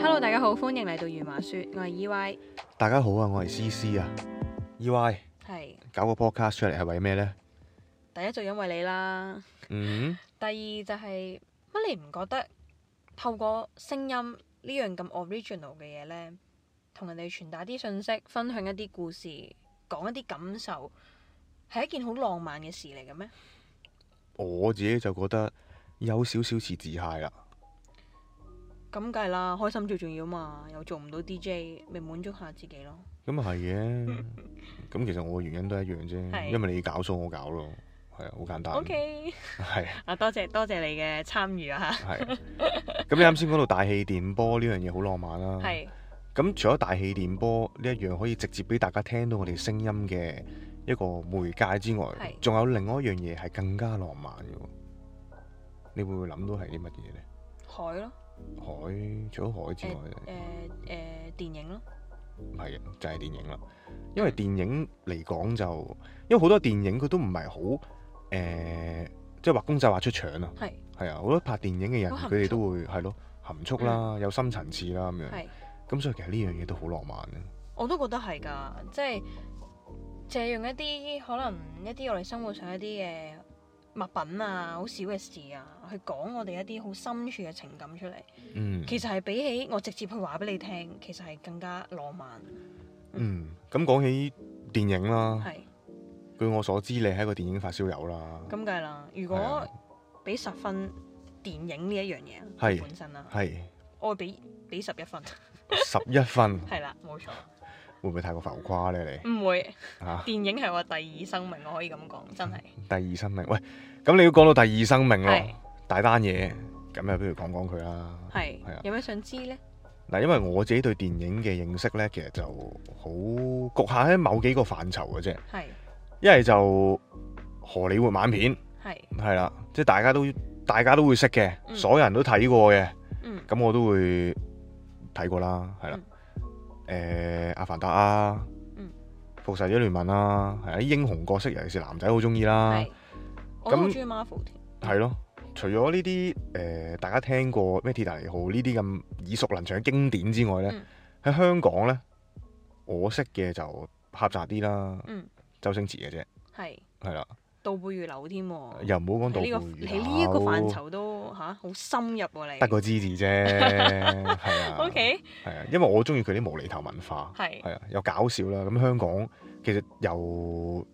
Hello，大家好，歡迎嚟到《原話說》，我係 E Y，大家好啊，我係 C C 啊，EY 係搞個 podcast 出嚟係為咩呢？第一就因為你啦，嗯，第二就係、乜你唔覺得透過聲音呢樣咁 original 嘅嘢呢，同人哋傳達啲信息，分享一啲故事，講一啲感受，係一件好浪漫嘅事嚟嘅咩？我自己就覺得有少少似自嗨啦。咁梗係啦，開心最重要嘛，又做唔到 DJ，咪滿足下自己咯。咁啊係嘅， 咁其實我嘅原因都一樣係啫，因為你搞數我搞咯，係啊，好簡單。 OK，係啊多謝多謝你嘅參與啊嚇，係。咁你啱先講到大氣電波呢樣嘢好浪漫啦。係咁除咗大氣電波呢一樣可以直接俾大家聽到我哋聲音嘅一個媒介之外係，仲有另外一樣嘢係更加浪漫嘅喎。你會唔會諗到係啲乜嘢呢？海咯，海除咗海之外，誒、誒電影咯，唔係嘅就係、電影啦。因為電影嚟講就，因為好多電影佢都唔係好誒，即係畫公仔畫出腸啊。係係啊，好多拍電影嘅人好含嗯佢哋都會係咯含蓄啦，有深層次啦咁樣。係。咁所以其實呢樣嘢都好浪漫嘅。我都覺得係㗎，即係借用一啲可能一啲我哋生活上一啲嘅物品啊，好少嘅事啊，去講我哋一啲好深處嘅情感出嚟，嗯，其實係比起我直接去話俾你聽，其實係更加浪漫。嗯，咁講起電影啦，係據我所知你係一個電影發燒友啦。咁梗係啦，如係果啊俾十分電影呢一樣嘢係本身啦，係我會俾俾十一分， 十一分， 係啦，冇錯，會唔會太過浮誇呢？你唔會嚇、啊嗯電影係我第二生命，我可以咁講，真係第二生命，喂，咁你要講到第二生命係咯，大單嘢，咁又不如講講佢啦。係係啊有咩想知呢？嗱，因為我自己對電影嘅認識呢，其實就好局限喺某幾個範疇嘅啫。係一係就荷里活晚片，係係啦，即係大家都大家都會識嘅，嗯所有人都睇過嘅，嗯咁我都會睇過啦，係啦。誒、阿凡達啊，嗯復仇者聯盟啦，係啊，啲英雄角色尤其是男仔好中意啦。係，我都好咁中意 Marvel 添。係咯，除咗呢啲誒大家聽過咩鐵達尼號呢啲咁耳熟能詳嘅經典之外呢嗯喺、香港呢，我識嘅就狹窄啲啦，嗯，周星馳嘅啫，係係啦，倒背如流添喎。又唔好講到喺呢個喺呢一個範疇都吓好深入喎你。得個知字啫，係啊 O K 係啊，因為我中意佢啲無厘頭文化，係係啊，又搞笑啦。咁香港其實由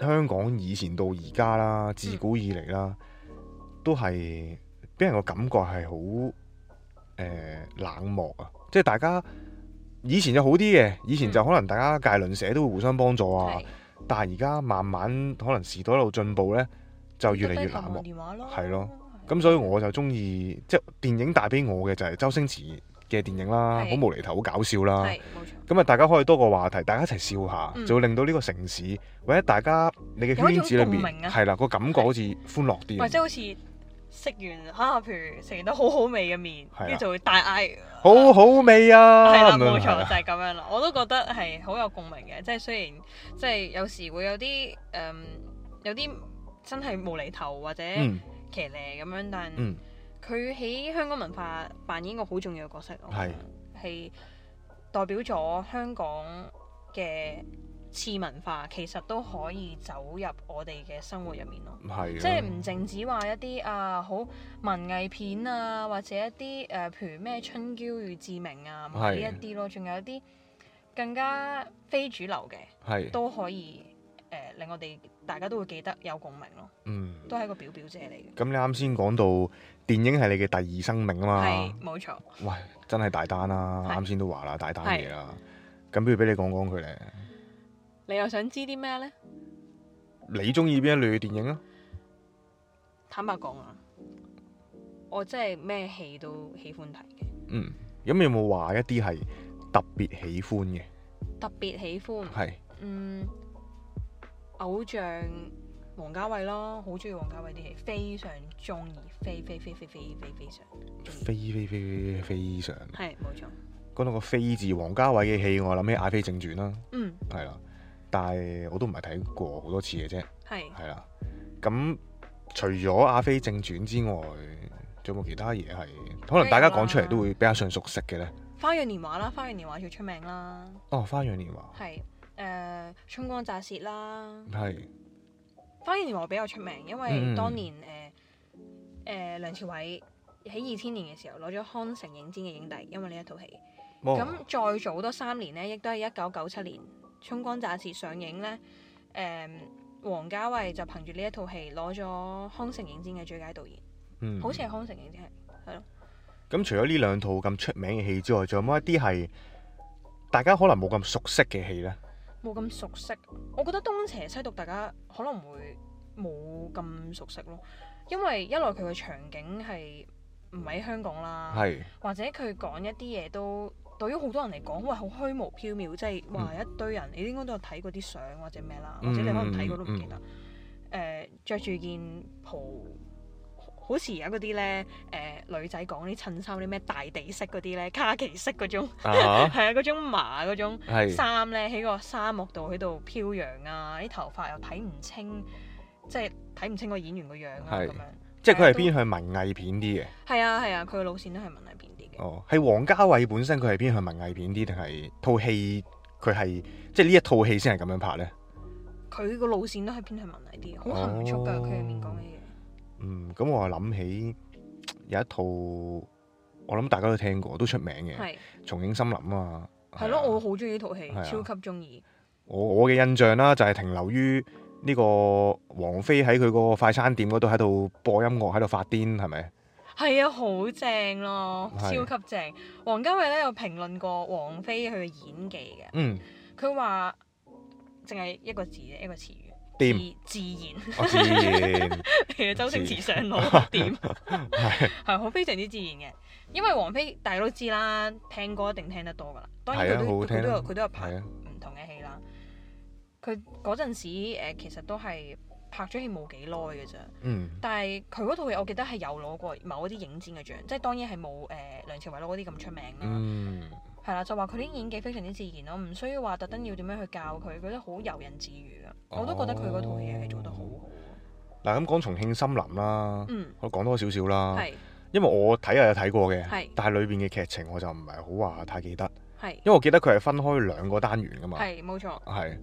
香港以前到而家啦，嗯自古以嚟啦，都係俾人個感覺係好誒冷漠啊，即係大家以前就好啲嘅，以前就可能大家界鄰舍都會互相幫助啊，嗯係但係而家慢慢可能時代一路進步呢，就越嚟越低頭冷望漠。電話咯。係咯係。咁所以我就中意即係電影帶俾我嘅就係周星馳嘅電影啦，好係無厘頭，好搞笑啦。係冇錯。咁啊，大家可以多個話題，大家一齊笑下，嗯就會令到呢個城市或者大家你嘅有一圈子裏種共面鳴啊係啦個感覺好似歡樂啲或咁，者好似食完啊，譬如食完得好好味嘅麵，係啦跟住就會大嗌。好好味啊！係啦，咁樣冇係錯，啦就係咁樣啦。我都覺得係好有共鳴嘅，即係雖然即係有時會有啲誒有啲真係無厘頭或者嗯騎呢咁樣，但嗯佢喺香港文化扮演一個好重要嘅角色，我係覺得係代表咗香港嘅次文化，其實都可以走入我哋嘅生活入面咯。係嗯即係啦唔淨止話一啲啊好文藝片啊，或者一啲誒、呃譬如咩《春嬌與志明》啊，唔係係呢一啲咯，仲有一啲更加非主流嘅係都可以誒、呃令我哋大家都會記得有共鳴咯，嗯。都係一個表表姐嚟嘅，咁你啱先講到電影係你嘅第二生命啊嘛係，冇錯。喂，真係大單啦！係啱先都話啦，大單係嘢啦。咁不如俾你講講佢咧，你又想知啲咩呢？你中意邊一類嘅電影啊？坦白講啊，我真係咩戲都喜歡睇嘅，嗯，咁有冇話一啲係特別喜歡嘅？特別喜歡係，嗯偶像王家衛咯，好中意王家衛啲戲，非常中意，非非非非非非非常中意，非非非非非常。係冇錯，講到個非字，王家衛嘅戲，我諗起《阿飛正傳》啦，嗯係啦，但係我都唔係睇過好多次嘅啫，係係啦。咁除咗《阿飛正傳》之外，仲有冇其他嘢係可能大家講出嚟都會比較上熟悉嘅呢？花樣年華》啦，《花樣年華》最出名啦，哦，《花樣年華係誒、呃春光乍泄》啦，係《花樣年華》比較出名，因嗯為當年誒誒、呃梁朝偉喺二千年嘅時候攞咗康城影展嘅影帝，因為呢一套戲。哦咁再早多三年呢，亦都係一九九七年《春光乍泄》上映呢。誒、王家衞就憑住呢一套戲攞咗康城影展嘅最佳導演，嗯好似係康城影展係。咁除咗呢兩套咁出名嘅戲之外，仲有冇一啲係大家可能冇咁熟悉嘅戲呢？冇咁熟悉。我覺得東邪西毒大家可能會冇咁熟悉咯，因為一來佢嘅場景係唔喺香港啦，係或者佢講一啲嘢都對於好多人嚟講，喂好虛無縹緲，即係嗯話一堆人，你應該都有睇過啲相或者咩啦，或者你可能睇過都唔記得。誒、嗯着住件袍。好似而家嗰啲咧，誒、女仔講啲襯衫啲咩大地色嗰啲咧，卡其色嗰 種，啊 哈，係啊嗰種麻嗰種，係衫咧喺個沙漠度喺度飄揚啊，啲頭髮又睇唔清，即係睇唔清個演員個樣啊係咁樣。即係佢係偏向文藝片啲嘅。係啊係啊，佢嘅路線都係文藝片啲嘅。哦，係王家衛本身佢係偏向文藝片啲，定係套戲佢係即係呢一套戲先係咁樣拍呢？佢個路線都係偏向文藝啲，好含蓄㗎。哦佢入面講嘅嘢嗯，咁我又諗起有一套，我諗大家都聽過，都出名嘅《係重影森林》啊。係啊咯，我好中意呢套戲，係啊超級中意。我我嘅印象啦，就係停留於呢個王菲喺佢個快餐店嗰度喺度播音樂喺度發癲，係咪？係啊，好正咯，係超級正。王家衞咧有評論過王菲佢嘅演技嘅，嗯，佢話淨係一個字啫，一個詞語，掂，自自然。 我自然係啊，周星馳上腦 點啊係好非常之自然嘅，因為王菲大家都知啦，聽歌一定聽得多噶啦。當係然啊佢好都好聽佢啊都有佢都有拍係啊，唔同嘅戲啦。佢嗰陣時呃其實都係拍咗戲冇幾耐嘅咋，嗯，但係佢嗰套戲我記得係有攞過某一啲影展嘅獎，即係當然係冇誒梁朝偉攞嗰啲咁出名啦。嗯，係啦、就話佢啲演技非常之自然咯，唔需要話特登要點樣去教佢，覺得好遊人自如啊。我都覺得佢嗰套戲係做得好好。嗱咁講重慶森林啦，嗯，我講多少少啦，係因為我睇又有睇過嘅係，但係裏邊嘅劇情我就唔係好話太記得，係因為我記得佢係分開兩個單元噶嘛，係冇錯。係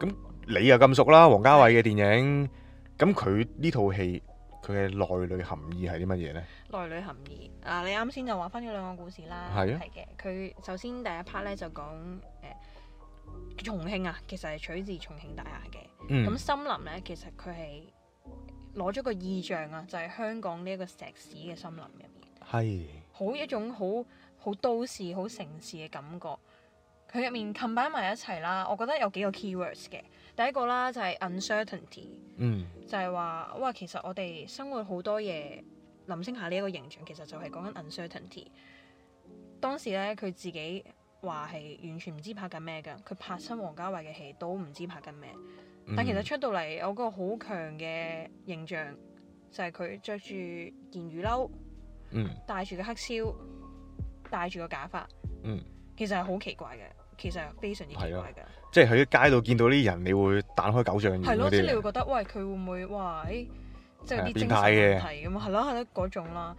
咁你又咁熟啦，王家衛嘅電影，咁佢呢套戲佢嘅內裏含義係啲乜嘢呢？內裏含義啊！你啱先就話翻咗兩個故事啦，係啊嘅。佢首先第一 part 咧就講誒、重慶啊，其實係取自重慶大廈嘅。嗯咁、森林咧，其實佢係攞咗個意象啊，就係、香港呢一個石屎嘅森林入面，係好一種好好都市、好城市嘅感覺。佢入面 combine 埋一齊啦，我覺得有幾個 keywords 嘅。第一個啦就係 uncertainty。嗯就係話哇，其實我哋生活好多嘢，林青霞呢一個形象其實就係講緊 uncertainty。當時咧，佢自己話係完全唔知拍緊咩㗎，佢拍親王家衞嘅戲都唔知拍緊咩。嗯但其實出到嚟有個好強嘅形象，就係佢着住件魚褸，嗯戴住個黑超，戴住個假髮，嗯，其實係好奇怪嘅，其實係非常之奇係啊怪嘅。即係喺街度見到啲人，你會彈開狗仗眼係咯，嗰即係你啲會嚟，覺得喂佢會唔會哇？誒，即係有係啲啊精變神態問嘅題咁啊，係咯係咯嗰種啦。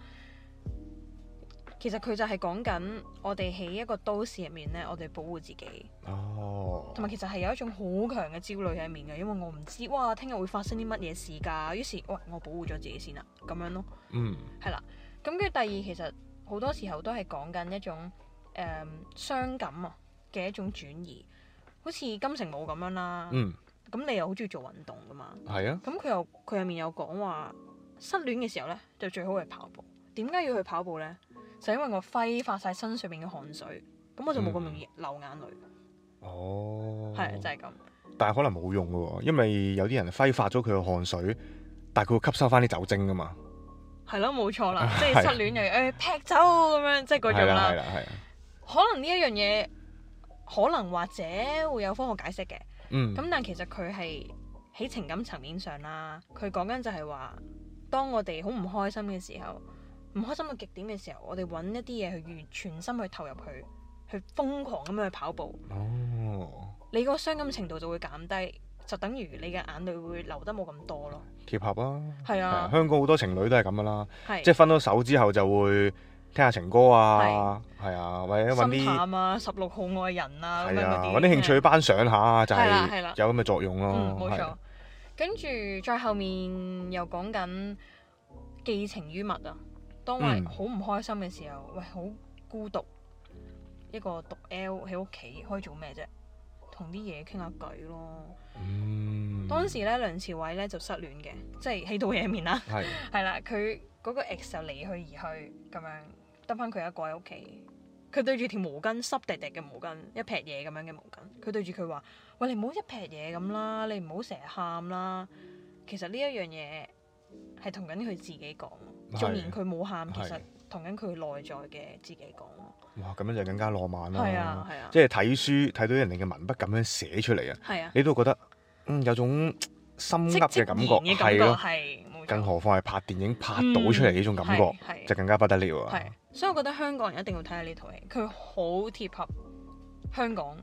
其實佢就係講緊我哋喺一個都市入面咧，我哋保護自己，哦，同埋其實係有一種好強嘅焦慮喺入面嘅，因為我唔知哇聽日會發生啲乜嘢事㗎，於是喂我保護咗自己先啦，咁樣咯，嗯係啦。咁跟住第二其實好多時候都係講緊一種誒、傷感啊嘅一種轉移，好似金城武咁樣啦。嗯咁你又好中意做運動㗎嘛？係啊，咁佢又佢入面有講話失戀嘅時候咧，就最好係跑步。點解要去跑步咧？就因為我揮發晒身上面嘅汗水，咁我就冇咁容易流眼淚。嗯哦，係、就係咁。但係可能冇用嘅喎，因為有啲人揮發咗佢嘅汗水，但係佢會吸收翻啲酒精噶嘛，係咯，冇錯啦，即 係係失戀又誒劈酒咁樣，即係嗰種係啦係啦。啦係啦，可能呢一樣嘢，可能或者會有科學解釋嘅。嗯咁但其實佢係喺情感層面上啦，佢講緊就係話，當我哋好唔開心嘅時候，唔開心到極點嘅時候，我哋揾一啲嘢去完全心去投入去，去瘋狂咁樣去跑步，哦，你個傷感程度就會減低，就等於你嘅眼淚會流得冇咁多咯。貼合啊，係係啊啊，香港好多情侶都係咁噶啦，係即係分咗手之後就會聽下情歌啊，係啊，或者揾心啲淡啊，十六號愛人啊咁係樣啊嗰，啲，揾啲興趣班上下啊就係啦係啦係有咁嘅作用咯嗯，，冇哦係錯。跟住再後面又講緊寄情於物啊，當我嗯係好唔開心嘅時候，喂，好孤獨，一個獨 L 喺屋企可以做咩啫？同啲嘢傾下偈咯。嗯，當時咧，梁朝偉咧就失戀嘅，即係喜到野面啦。係係啦，佢嗰個 ex 就離佢而去咁樣，得翻佢一個喺屋企。佢對住條毛巾濕滴滴嘅毛巾，一撇嘢咁樣嘅毛巾，佢對住佢話：喂，你唔好一撇嘢咁啦，你唔好成日喊啦。其實呢一樣嘢係同緊佢自己講，係縱然佢冇喊，其係實同緊佢內在嘅自己講咯。哇，咁樣就更加浪漫係啦啊，，係啊，即係睇書睇到人哋嘅文筆咁樣寫出嚟啊，係啊，你都覺得嗯有種心即噏嘅感覺，嘅感係覺咯，係冇錯更何況係拍電影拍到出嚟呢種感覺係，係就更加不得了啊係！，所以我覺得香港人一定要睇下呢套戲，佢好貼合香港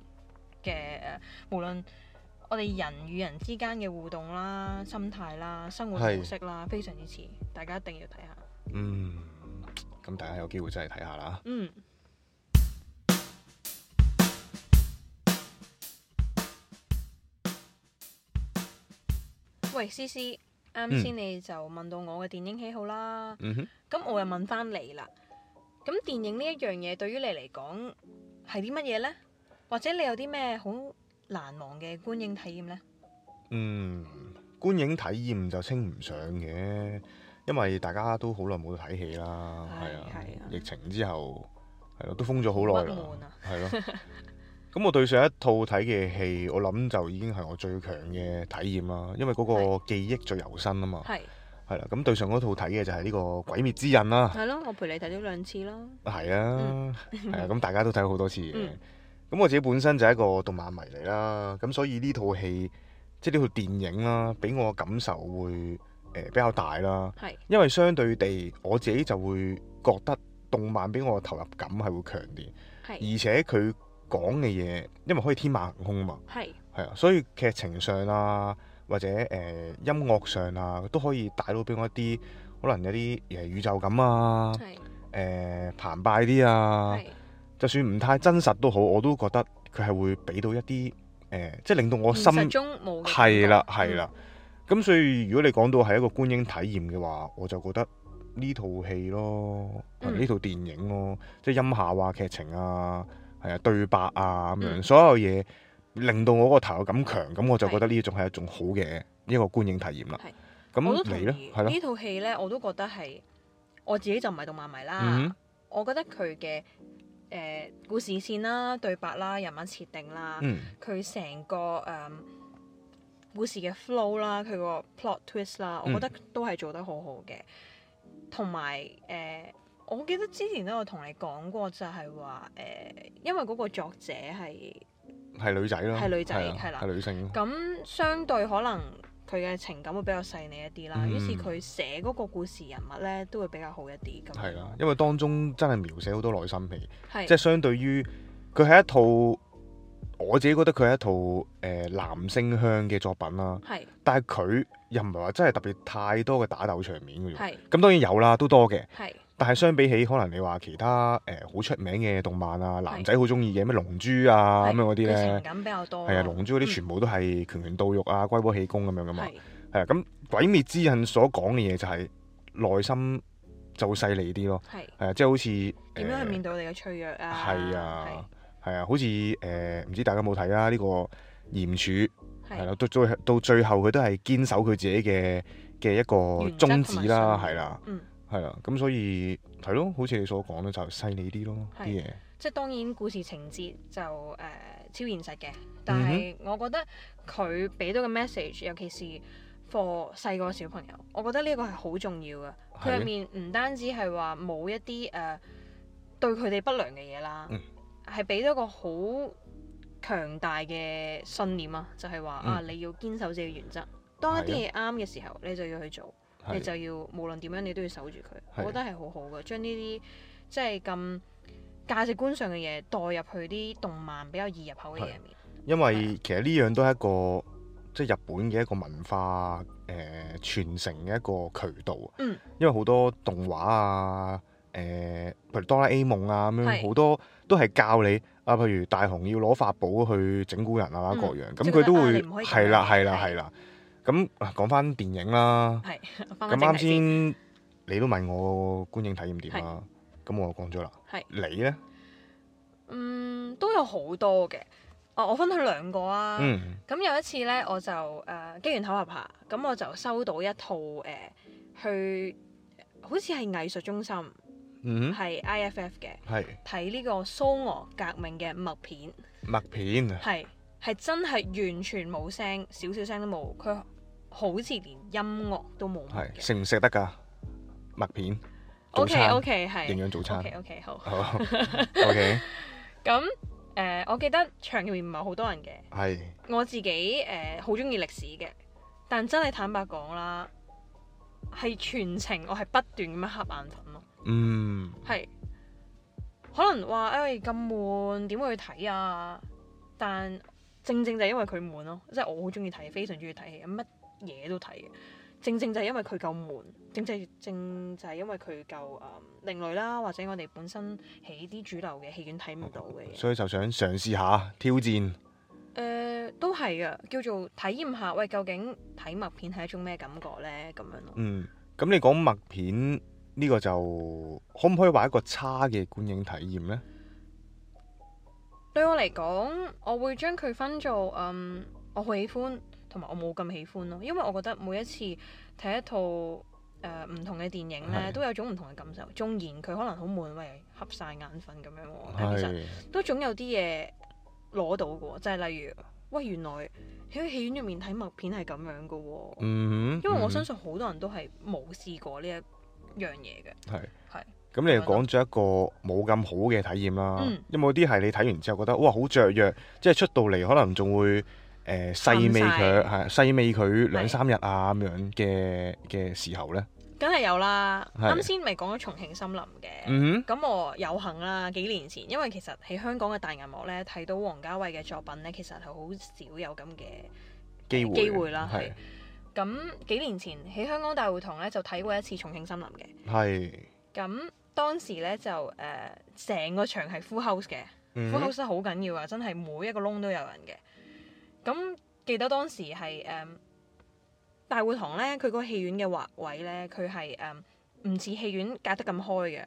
嘅誒、呃，無論我哋人與人之間嘅互動啦、心態啦、生活係模式啦，非常之似，大家一定要睇下。嗯，咁大家有機會真係睇下啦。嗯，喂，C C，啱先你就問到我嘅電影喜好啦。嗯哼，咁我又問翻你啦，咁電影呢一樣嘢對於你嚟講係啲乜嘢呢？或者你有啲咩好難忘嘅觀影體驗呢？嗯，觀影體驗就稱唔上嘅，因為大家都好耐冇睇戲啦，唉係啊係啊，疫情之後係咯，都封咗好耐啦好鬱悶啊，係咯。咁我對上一套睇嘅戲，我諗就已經係我最強嘅體驗啦，因為嗰個記憶最猶新啊嘛，係係啦。咁對上嗰套睇嘅就係呢個《鬼滅之刃》啦，係咯，我陪你睇咗兩次啦。係啊，係啊，咁大家都睇好多次嘅。咁嗯、我自己本身就係一個動漫迷嚟啦，咁所以呢套戲即係呢套電影啦，俾我嘅感受會誒、呃比較大啦。 係因為相對地，我自己就會覺得動漫俾我嘅投入感係會強啲，係而且佢講嘅嘢，因為可以天馬行空嘛，係係啊，所以劇情上啊，或者誒、呃音樂上啊，都可以帶到俾我一啲可能有啲誒宇宙感啊，誒、係澎湃啲啊。係就算唔太真實都好，我都覺得佢係會俾到一啲誒、呃即係令到我心現實中冇嘅嗯感覺係啦係啦。咁所以如果你講到係一個觀影體驗嘅話，我就覺得呢套戲咯，係嗯呢套電影咯，即係音效啊、劇情啊、係啊對白啊咁樣，嗯所有嘢令到我個投入感強，咁我就覺得呢種係一種好嘅一個觀影體驗啦。嗯我都咁同你意呢？係咯，呢套戲呢，我都覺得係我自己就唔係動漫迷啦。嗯我覺得佢嘅誒故事線啦、對白啦、人物設定啦。嗯佢成個誒、嗯故事嘅 flow 啦，佢個 plot twist 啦，我嗯覺得都係做得好好嘅。同埋誒，我記得之前都有同你講過，就係話誒，因為嗰個作者係係女仔啦，係女仔係啊係啦係女性咯，咁，相對可能佢嘅情感會比較細膩一啲啦，嗯於是佢寫嗰個故事人物咧都會比較好一啲咁。係啦，因為當中真係描寫好多內心戲。係，即係係相對於佢係一套，我自己覺得佢係一套誒、呃男性向嘅作品啦。係但係佢又唔係話真係特別太多嘅打鬥場面嘅喎。係咁當然有啦，都多嘅。係但係相比起可能你話其他誒好、出名嘅動漫啊，男仔好中意嘅咩龍珠啊咁樣嗰啲佢情咧，感比較多咯。係啊，龍珠嗰啲全部都係拳拳到肉啊、龜波氣功咁樣噶嘛。係係啊，咁《鬼滅之刃》所講嘅嘢就係內心就會細膩啲咯。係係啊，即係好似點樣呃去面對我哋嘅脆弱啊？係啊，係啊，好似誒唔知大家有冇睇啦？呢、個嚴柱係，係啦，到最到最後佢都係堅守佢自己嘅嘅一個原則宗同埋信旨啦，念係啦，嗯，係啦，咁所以係咯，好似你所講咧，就細膩啲咯啲係嘢，即係當然故事情節就誒、呃超現實嘅，嗯但係我覺得佢俾到嘅 message，尤其是 for 細個小朋友，我覺得呢個係好重要嘅。佢入係啊面唔單止係話冇一啲誒、呃、對佢哋不良嘅嘢啦嗯，係俾到一個好強大嘅信念啊，就係、話、嗯啊啊你要堅守自己嘅原則，當一啲嘢啱嘅時候，你就要去做。你係就要無論點樣，你都要守住佢。我係覺得係好好嘅，將呢啲即係咁價值觀上嘅嘢代入去啲動漫比較易入口嘅嘢入面。因為其實呢樣都係一個即係日本嘅一個文化誒、呃、傳承嘅一個渠道。嗯因為好多動畫啊，誒、譬如哆啦 A 夢啊咁係樣，好多都係教你啊，譬如大雄要攞法寶去整蠱人啊，嗯各樣即咁係覺佢得都啊會你唔可以咁係啦，樣係啦，係係啦。咁啊講翻電影啦，係翻返咁正啱題先，先你都問我觀影體驗點啦，咁我就講咗啦。係你呢？嗯，都有好多嘅。哦，我分享兩個啊。嗯，咁有一次咧，我就誒、呃、機緣巧合下，咁我就收到一套誒、呃去好似係藝術中心，嗯哼，係 IFF 嘅，係睇呢個蘇俄革命嘅默片，默片啊，係係真係完全冇聲，少少聲都冇，佢好似連音樂都冇埋係嘅。食唔食得㗎？默片 O 早 K 餐 O K 營係養早 O 餐 K。O K 好。好 OK，咁誒、呃我記得場入面唔係好多人嘅。係我自己誒好中意歷史嘅，但真係坦白講啦，係全程我係不斷咁樣瞌眼瞓咯，嗯係可能話誒咁悶，點會去睇啊？但正正就係因為佢悶咯，即係我好中意睇，非常中意睇戲，乜嘢都睇嘅。正正就係因為佢夠悶，正正正就係因為佢夠誒、嗯另類啦，或者我哋本身喺啲主流嘅戲院睇唔到嘅嘢。所以就想嘗試下挑戰。誒、呃都係嘅，叫做體驗下，喂，究竟睇默片係一種咩感覺咧？咁樣咯，嗯，咁你講默片呢、個就可唔可以話一個差嘅觀影體驗呢？對我嚟講，我會將佢分做嗯，我好喜歡同埋我冇咁喜歡咯，因為我覺得每一次睇一套誒呃唔、同嘅電影咧，係都有種唔同嘅感受。縱然佢可能好悶，喂，瞌晒眼瞓咁樣喎，但哦其實係都總有啲嘢攞到嘅喎，就係、例如，喂，原來喺戲院入面睇默片係咁樣嘅喎。嗯哼，因為我嗯相哼信好多人都係冇試過呢一樣嘢嘅，係係咁你就講咗一個冇咁好嘅體驗啦。嗯有冇啲係你睇完之後覺得哇好雀躍，即係出到嚟可能仲會誒細味佢係細味佢兩三日啊咁樣嘅嘅時候呢？梗係有啦。係啱先咪講咗重慶森林嘅，嗯咁、我有幸啦，幾年前，因為其實喺香港嘅大銀幕咧睇到王家衛嘅作品咧，其實係好少有咁嘅。哼，機會機會啦係咁幾年前喺香港大會堂咧就睇過一次重慶森林嘅，係咁當時咧就誒成、個場係 full house 嘅。嗯 full 哼 house 真係好緊要啊！真係每一個窿都有人嘅。咁記得當時係誒、嗯大會堂咧，佢嗰個戲院嘅畫位咧，佢係誒唔似戲院隔得咁開嘅，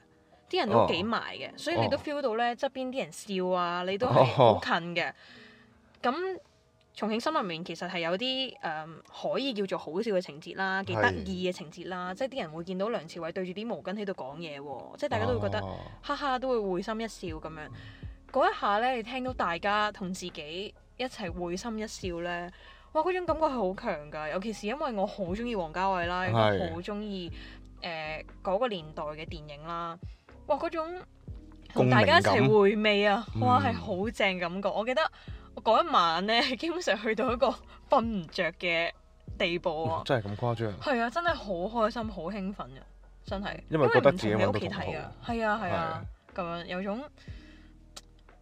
啲人都哦幾埋嘅，所以你都哦 feel 到咧側邊啲人笑啊，你都係好近嘅。啊咁、重慶森林入面其實係有啲誒、嗯可以叫做好笑嘅情節啦，幾得係意嘅情節啦，即係啲人會見到梁朝偉對住啲毛巾喺度講嘢喎，即係大家都會覺得。哦哈哈都會會心一笑咁樣。嗰一下咧，你聽到大家同自己一齊會心一笑咧，哇！嗰種感覺係好強㗎，尤其是因為我好中意王家衛啦，亦係都好中意誒嗰個年代嘅電影啦。哇！嗰種同大家一齊共鳴感回味啊，哇，嗯係好正感覺。我記得我嗰一晚咧， 基本上去到一個瞓唔着嘅地步啊哇。真係咁誇張。係啊，真係好開心，好興奮啊！真係，因為覺得自己因為唔同搵你屋企到睇同啊，係啊係啊，咁樣有種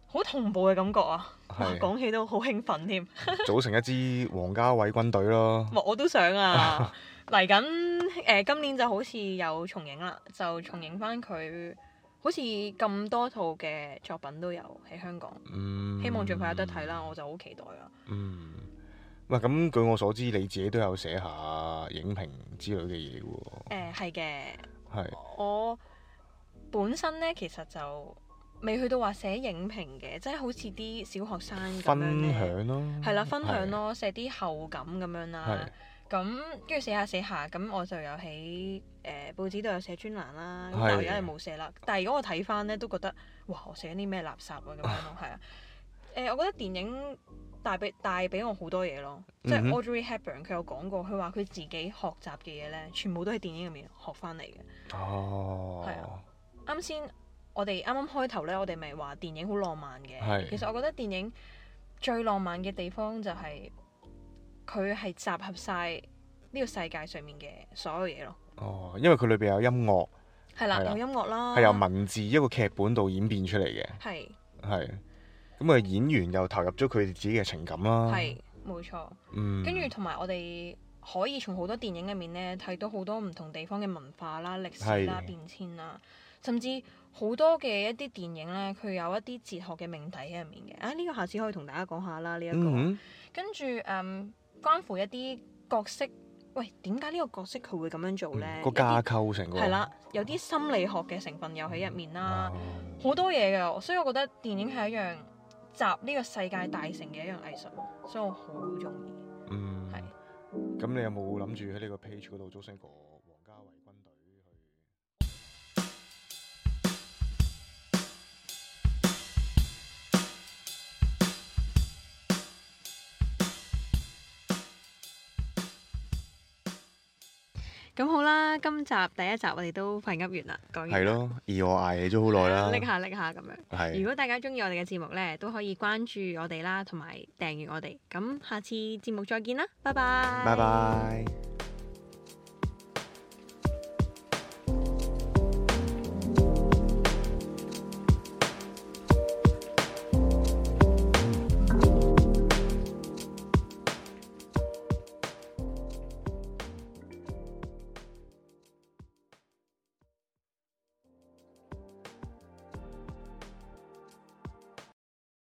好同步嘅感覺啊！哇，係講起都好興奮添，組成一支王家衛軍隊咯。哇我都想 啊！嚟緊誒今年就好似有重影啦，就重影翻佢，好似咁多套嘅作品都有喺香港，嗯，希望盡快有得睇。啦，我就好期待啊啦。嗯，喂，咁據我所知，你自己都有寫下影評之類嘅嘢誒喎。係嘅。係，我本身咧其實就未去到話寫影評嘅，即係好似啲小學生咁樣分咧，享咯。係啦，分享咯，寫啲後感咁樣啦係。。咁跟住寫下寫下，咁我就有喺誒、呃、報紙度有寫專欄啦。咁係但係而家係冇寫啦。但係如果我睇翻咧，都覺得哇，我寫啲咩垃圾啊咁樣 咯，係啊。誒、我覺得電影帶俾帶俾我好多嘢咯，即係嗯哼 Audrey Hepburn 佢有講過，佢話佢自己學習嘅嘢咧，全部都喺電影入面學翻嚟嘅。係。哦。啊係啊啱先我哋啱啱開頭咧，我哋咪話電影好浪漫嘅。係其實我覺得電影最浪漫嘅地方就係佢係集合晒呢個世界上面嘅所有嘢咯。哦，因為佢裏邊有音樂，係啦，係啦有音樂啦，係由文字一個劇本度演變出嚟嘅，係係。咁啊，演員又投入咗佢哋自己嘅情感啦。係冇錯。嗯，跟住同埋我哋可以從好多電影入面咧睇到好多唔同地方嘅文化啦、歷史啦、係變遷啦，甚至好多嘅一啲電影咧，佢有一啲哲學嘅命題喺入面嘅。啊，呢、個下次可以同大家講下啦，呢、一個。嗯跟住誒、嗯，關乎一啲角色，喂，點解呢個角色佢會咁樣做哼咧？嗯個架構成個係啦，啊有啲心理學嘅成分又喺入面啦。哦好多嘢嘅，所以我覺得電影係一樣集呢個世界大成嘅一樣藝術，所以我好中意。嗯係，咁你有冇諗住喺呢個 page 嗰度組成個皇家衛軍隊去？咁好啦，今集第一集我哋都快噏完啦，講完啦係，咯，而我捱咗好耐啦，啊拎下拎下咁樣。如係果大家中意我哋嘅節目呢，都可以關注我哋啦，同埋訂閱我哋。咁下次節目再見啦，拜拜。拜拜。